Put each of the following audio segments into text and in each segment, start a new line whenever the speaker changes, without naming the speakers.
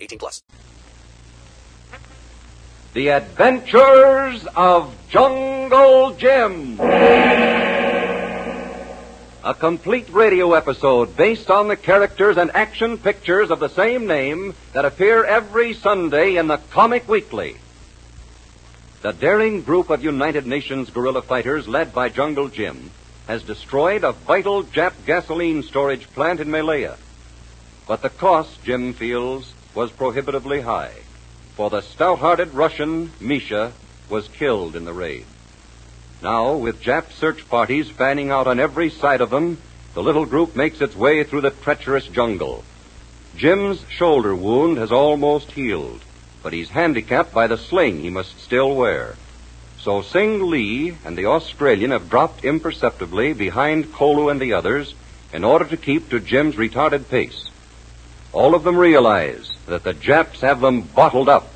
18 plus.
The Adventures of Jungle Jim. A complete radio episode based on the characters and action pictures of the same name that appear every Sunday in the Comic Weekly. The daring group of United Nations guerrilla fighters led by Jungle Jim has destroyed a vital Jap gasoline storage plant in Malaya. But the cost, Jim feels, was prohibitively high, for the stout hearted Russian, Misha, was killed in the raid. Now, with Jap search parties fanning out on every side of them, the little group makes its way through the treacherous jungle. Jim's shoulder wound has almost healed, but he's handicapped by the sling he must still wear. So Sing Lee and the Australian have dropped imperceptibly behind Kolu and the others in order to keep to Jim's retarded pace. All of them realize that the Japs have them bottled up,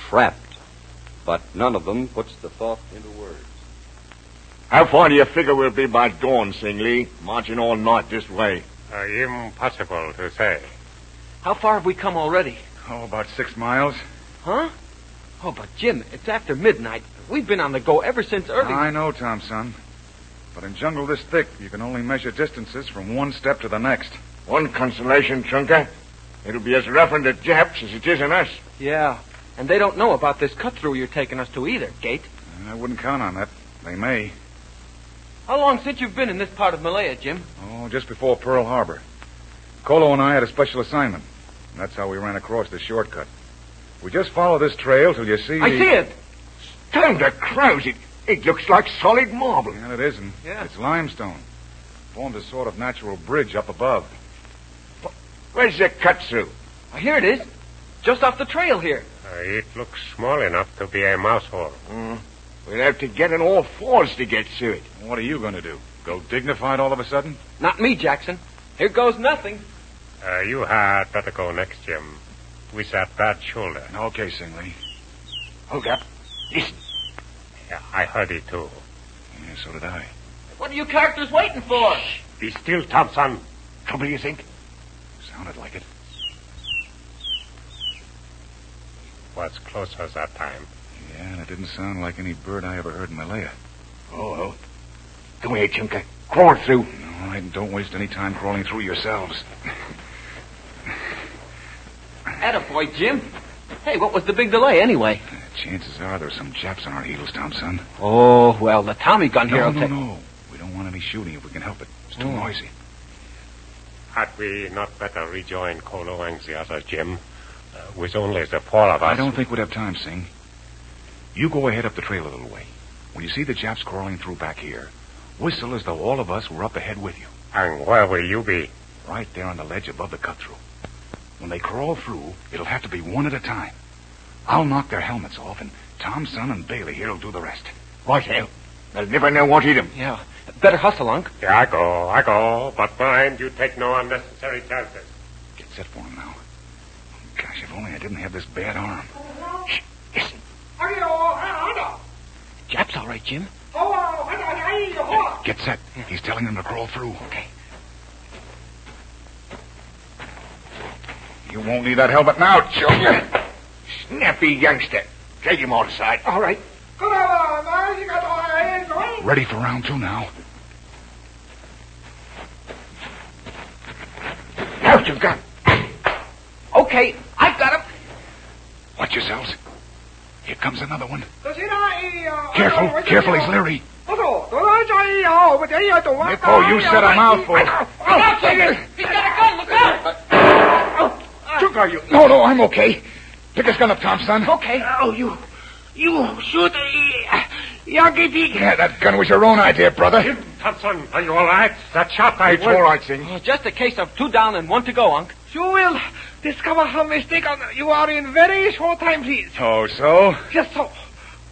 trapped, but none of them puts the thought into words.
How far do you figure we'll be by dawn, Singley? Marching all night this way.
Uh, impossible to say.
How far have we come already?
Oh, about six miles.
Huh? Oh, but Jim, it's after midnight. We've been on the go ever since early.
I know, Tom, son. But in jungle this thick, you can only measure distances from one step to the next.
One consolation, Chunker. It'll be as rough on the Japs as it is on us.
Yeah. And they don't know about this cut through you're taking us to either, Gate.
And I wouldn't count on that. They may.
How long since you've been in this part of Malaya, Jim?
Oh, just before Pearl Harbor. Colo and I had a special assignment. And that's how we ran across the shortcut. We just follow this trail till you see.
I
the-
see it.
Thunder crows, it, it looks like solid marble.
And it isn't.
Yeah.
It's limestone. Formed a sort of natural bridge up above.
Where's the cut through?
Oh, Here it is. Just off the trail here.
Uh, it looks small enough to be a mouse hole.
We'll have to get on all fours to get through it.
What are you going to do? Go dignified all of a sudden?
Not me, Jackson. Here goes nothing.
Uh, you had better go next, Jim. With that bad shoulder.
Okay, Singley.
Hold up. Listen.
Yeah, I heard it too.
Yeah, so did I.
What are you characters waiting for?
Be still, Thompson.
Trouble, you think?
Sounded like it.
Was closer that time.
Yeah, and it didn't sound like any bird I ever heard in Malaya.
Oh, oh. Come here, Chunker. Crawl through.
All right, and don't waste any time crawling through yourselves.
Attaboy, Jim. Hey, what was the big delay anyway?
Uh, Chances are there's some Japs on our heels, Tom, son.
Oh, well, the Tommy gun here
No,
will
no,
take- Oh.
no. We don't want any shooting if we can help it. It's too noisy.
Had we not better rejoin Kolo and the other Jim? Uh, with only the four of us.
I don't think we'd have time, Singh. You go ahead up the trail a little way. When you see the Japs crawling through back here, whistle as though all of us were up ahead with you,
And where will you be?
right there on the ledge above the cut through. When they crawl through, it'll have to be one at a time. I'll knock their helmets off, and Tom, Son, and Bailey here will do the rest.
Right, hell. They'll never know what hit 'em.
Yeah. Better hustle, Unc.
Yeah, I go, I go. But mind, you take no unnecessary chances.
Get set for him now. Gosh, if only I didn't have this bad arm.
Japs all right, Jim.
Get set. He's telling them to crawl through. Okay. You won't need that helmet now, Junior.
Snappy youngster. Take him all aside.
All right.
Ready for round two now.
Now, Chunker.
Okay, I've got him.
Watch yourselves. Here comes another one.
Oh,
Careful,
Careful,
careful, he's leery.
Nippo,
Nippo, you said a mouthful.
He's got a gun, look out!
Took are you? No, no, I'm okay. Pick his gun up, Tom, son.
Okay. Oh, you. You shoot a. Yankee Dick.
Yeah, that gun was your own idea, brother.
Thompson, are you all right? That shot I
It's all right, Sing.
Oh, just a case of two down and one to go, Unc.
You will discover her mistake on. You are in very short time, please.
Oh, so?
Just so.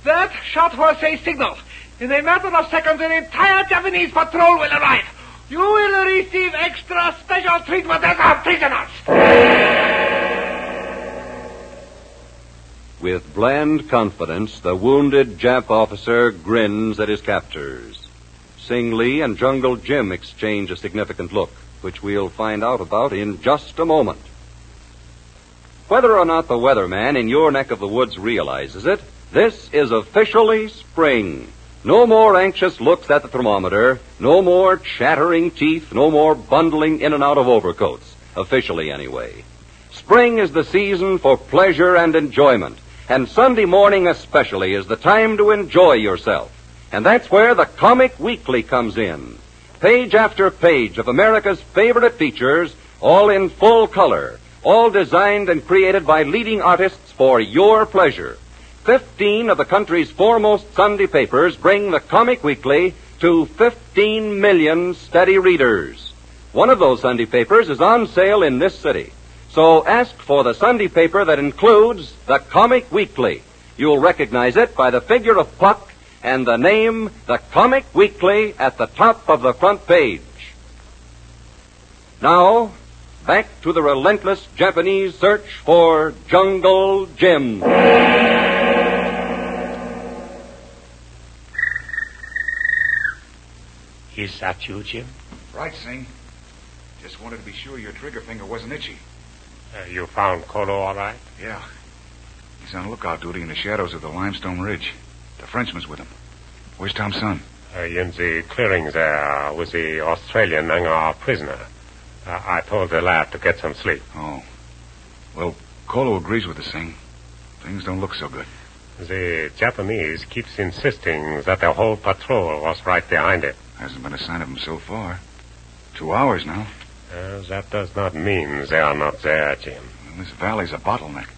That shot was a signal. In a matter of seconds, an entire Japanese patrol will arrive. You will receive extra special treatment as our prisoners.
With bland confidence, the wounded Jap officer grins at his captors. Sing Lee and Jungle Jim exchange a significant look, which we'll find out about in just a moment. Whether or not the weatherman in your neck of the woods realizes it, this is officially spring. No more anxious looks at the thermometer, no more chattering teeth, no more bundling in and out of overcoats. Officially, anyway. Spring is the season for pleasure and enjoyment, and Sunday morning especially is the time to enjoy yourself. And that's where the Comic Weekly comes in. Page after page of America's favorite features, all in full color, all designed and created by leading artists for your pleasure. Fifteen of the country's foremost Sunday papers bring the Comic Weekly to 15 million steady readers. One of those Sunday papers is on sale in this city. So ask for the Sunday paper that includes the Comic Weekly. You'll recognize it by the figure of Puck and the name The Comic Weekly at the top of the front page. Now, back to the relentless Japanese search for Jungle Jim.
Is that you, Jim?
Right, Sing. Just wanted to be sure your trigger finger wasn't itchy.
Uh, you found Kolo all right?
Yeah. He's on lookout duty in the shadows of the limestone ridge. The Frenchman's with him. Where's Tom's son?
Uh, in the clearing there with the Australian and our prisoner. Uh, I told the lad to get some sleep.
Oh. Well, Colo agrees with us, Sing. Things don't look so good.
The Japanese keeps insisting that the whole patrol was right behind it.
Hasn't been a sign of him so far. Two hours now.
Uh, that does not mean they are not there, Jim.
Well, this valley's a bottleneck.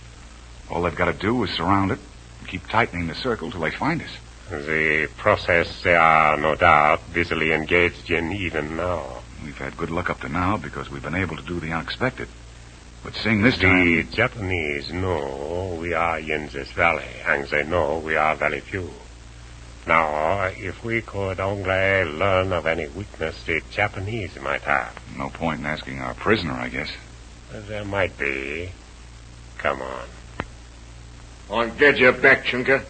All they've got to do is surround it and keep tightening the circle till they find us.
The process they are no doubt busily engaged in even now.
We've had good luck up to now because we've been able to do the unexpected. But Sing, this
The
time...
Japanese know we are in this valley, and they know we are very few. Now, if we could only learn of any weakness the Japanese might have,
No point in asking our prisoner, I guess.
there might be. Come on.
On get your back, Chunka.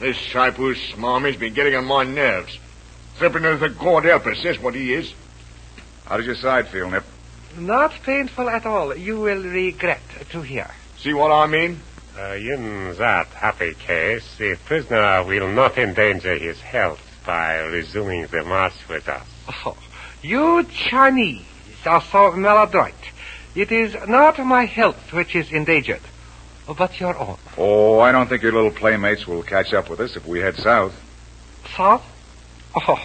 This Saipu's smarmy's been getting on my nerves. Slipping into the gourd us, that's what he is.
How does your side feel, Nip?
Not painful at all. You will regret to hear.
See what I mean?
Uh, in that happy case, the prisoner will not endanger his health by resuming the march with us.
Oh, you Chinese are so maladroit. It is not my health which is endangered, but your own.
Oh, I don't think your little playmates will catch up with us if we head south.
South? Oh,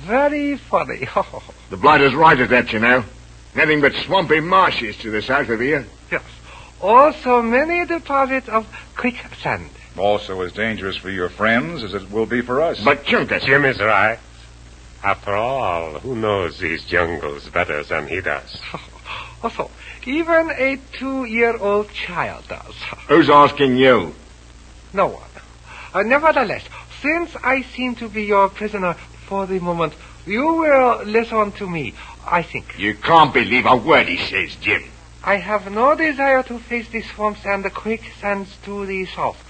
very funny. Oh,
The blighter's right at that, you know. Nothing but swampy marshes to the south of here.
yes. Also, many deposits of quicksand.
Also as dangerous for your friends as it will be for us.
But Chunka,
Jim is right. After all, who knows these jungles better than he does?
Also, even a two-year-old child does.
who's asking you?
No one. Uh, nevertheless, since I seem to be your prisoner for the moment, you will listen to me, I think.
You can't believe a word he says, Jim.
I have no desire to face the swamps and the quicksands to the south.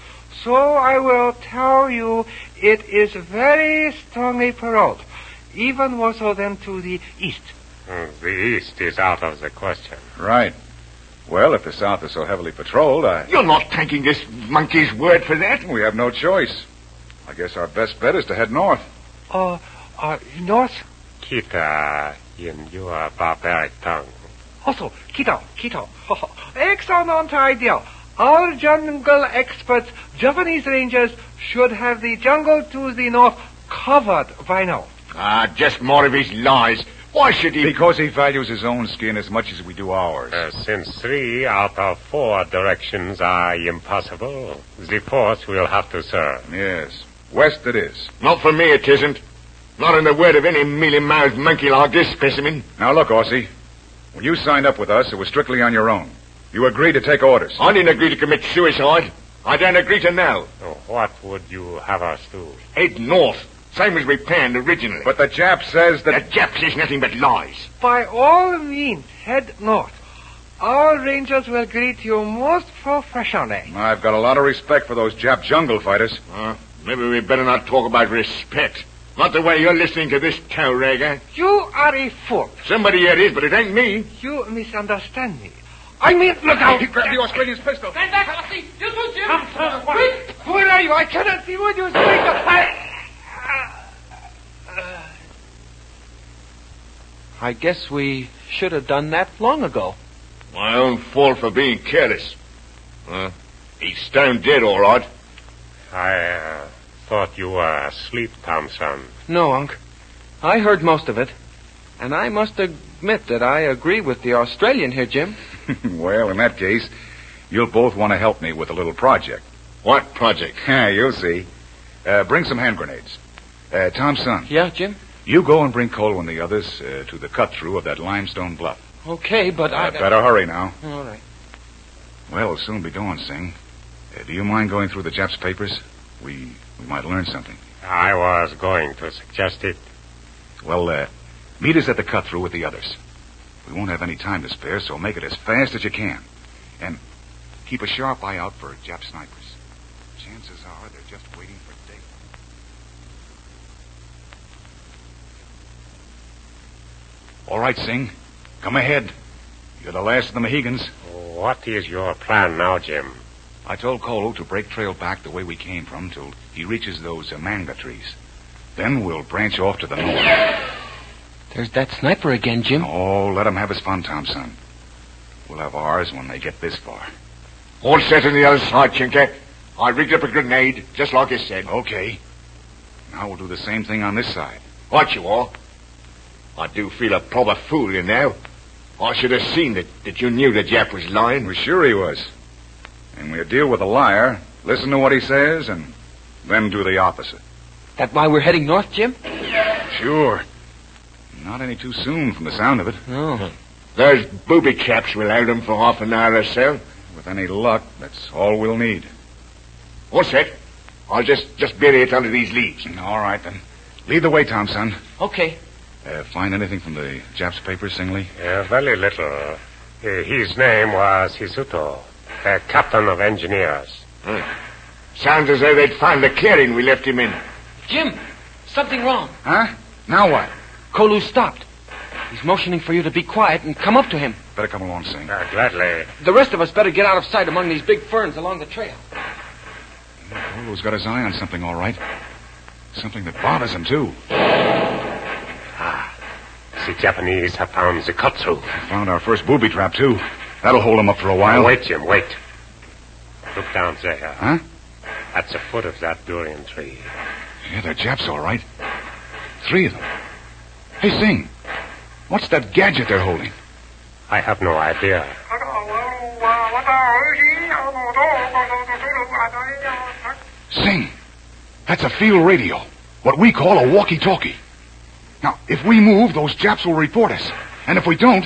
So I will tell you it is very strongly paroled, even more so than to the east.
The East is out of the question.
Right. Well, if the South is so heavily patrolled, I...
You're not taking this monkey's word for that.
We have no choice. I guess our best bet is to head north.
Uh, uh, north?
Kita, in your barbaric tongue.
Also, Quito, Quito. Excellent idea. All jungle experts, Japanese rangers, should have the jungle to the north covered by now.
Ah, just more of his lies. Why should he?
Because he values his own skin as much as we do ours.
Uh, since three out of four directions are impossible, the fourth will have to serve.
Yes. West it is.
Not for me, it isn't. Not in the word of any mealy-mouthed monkey like this specimen.
Now look, Aussie. When you signed up with us, it was strictly on your own. You agreed to take orders.
I didn't agree to commit suicide. I don't agree to now.
So what would you have us do?
Head north, same as we planned originally.
But the Jap says
the
that.
Jap says nothing but lies.
By all means, head north. Our rangers will greet you most professionally.
I've got a lot of respect for those Jap jungle fighters.
Uh, maybe we better not talk about respect. Not the way you're listening to this towragger.
You are a fool.
Somebody here is, but it ain't me.
You misunderstand me. I mean, look out!
He grabbed the Australian's pistol.
Stand back, Aussie! You too, Jim!
I'm sorry, what? Where are you? I cannot see what you're doing. I...
I guess we should have done that long ago.
My own fault for being careless. Uh, he's stone dead, all right.
I uh, thought you were asleep, Thompson.
No, Unc. I heard most of it. And I must admit that I agree with the Australian here, Jim.
well, in that case, you'll both want to help me with a little project.
What project?
Yeah, you'll see. Uh, bring some hand grenades. Uh, Thompson,
Yeah, Jim?
you go and bring Cole and the others uh, to the cut through of that limestone bluff.
Okay, but I.
Uh, better hurry now.
All right.
Well, we'll soon be going, Singh. Uh, do you mind going through the Japs' papers? We we might learn something.
I was going to suggest it.
Well, uh, meet us at the cut through with the others. We won't have any time to spare, so make it as fast as you can. And keep a sharp eye out for Jap snipers. Chances are they're just waiting for day. All right, Singh. Come ahead. You're the last of the Mohegans.
What is your plan now, Jim?
I told Kolo to break trail back the way we came from till he reaches those uh, manga trees. Then we'll branch off to the north.
There's that sniper again, Jim.
Oh, let him have his fun, Tom, son. We'll have ours when they get this far.
All set on the other side, Chinker. I rigged up a grenade, just like you said.
Okay. Now we'll do the same thing on this side.
Right you are. I do feel a proper fool, you know. I should have seen that, that you knew the Jap was lying.
Well, sure he was. And we'll deal with a liar, listen to what he says, and then do the opposite.
That why we're heading north, Jim?
Sure. Not any too soon from the sound of it.
No.
Those booby traps will hold them for half an hour or so.
With any luck, that's all we'll need.
All set. I'll just, just bury it under these leaves.
All right, then. Lead the way, Tom, son.
Okay.
Uh, find anything from the Japs' papers, Singley?
Uh, very little. Uh, his name was Hisuto, uh, captain of engineers.
Sounds as though they'd found the clearing we left him in.
Jim, something wrong.
Huh? Now what?
Kolu stopped. He's motioning for you to be quiet and come up to him.
Better come along, Sing.
Uh, gladly.
The rest of us better get out of sight among these big ferns along the trail.
Polo's got his eye on something, all right. Something that bothers him, too.
The Japanese have found the kutsu.
Found our first booby trap, too. That'll hold him up for a while.
Now, wait, Jim, wait. Look down there.
Huh?
At the foot of that durian tree.
Yeah, they're Japs, all right. Three of them. Hey, Sing. What's that gadget they're holding?
I have no idea.
Sing. That's a field radio. What we call a walkie-talkie. Now, if we move, those Japs will report us. And if we don't,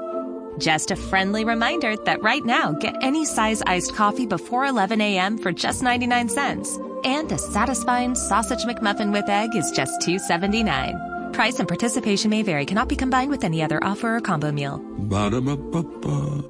Just a friendly reminder that right now, get any size iced coffee before 11 a.m. for just 99 cents. And a satisfying sausage McMuffin with egg is just $2.79. Price and participation may vary, cannot be combined with any other offer or combo meal.
Ba-da-ba-ba-ba.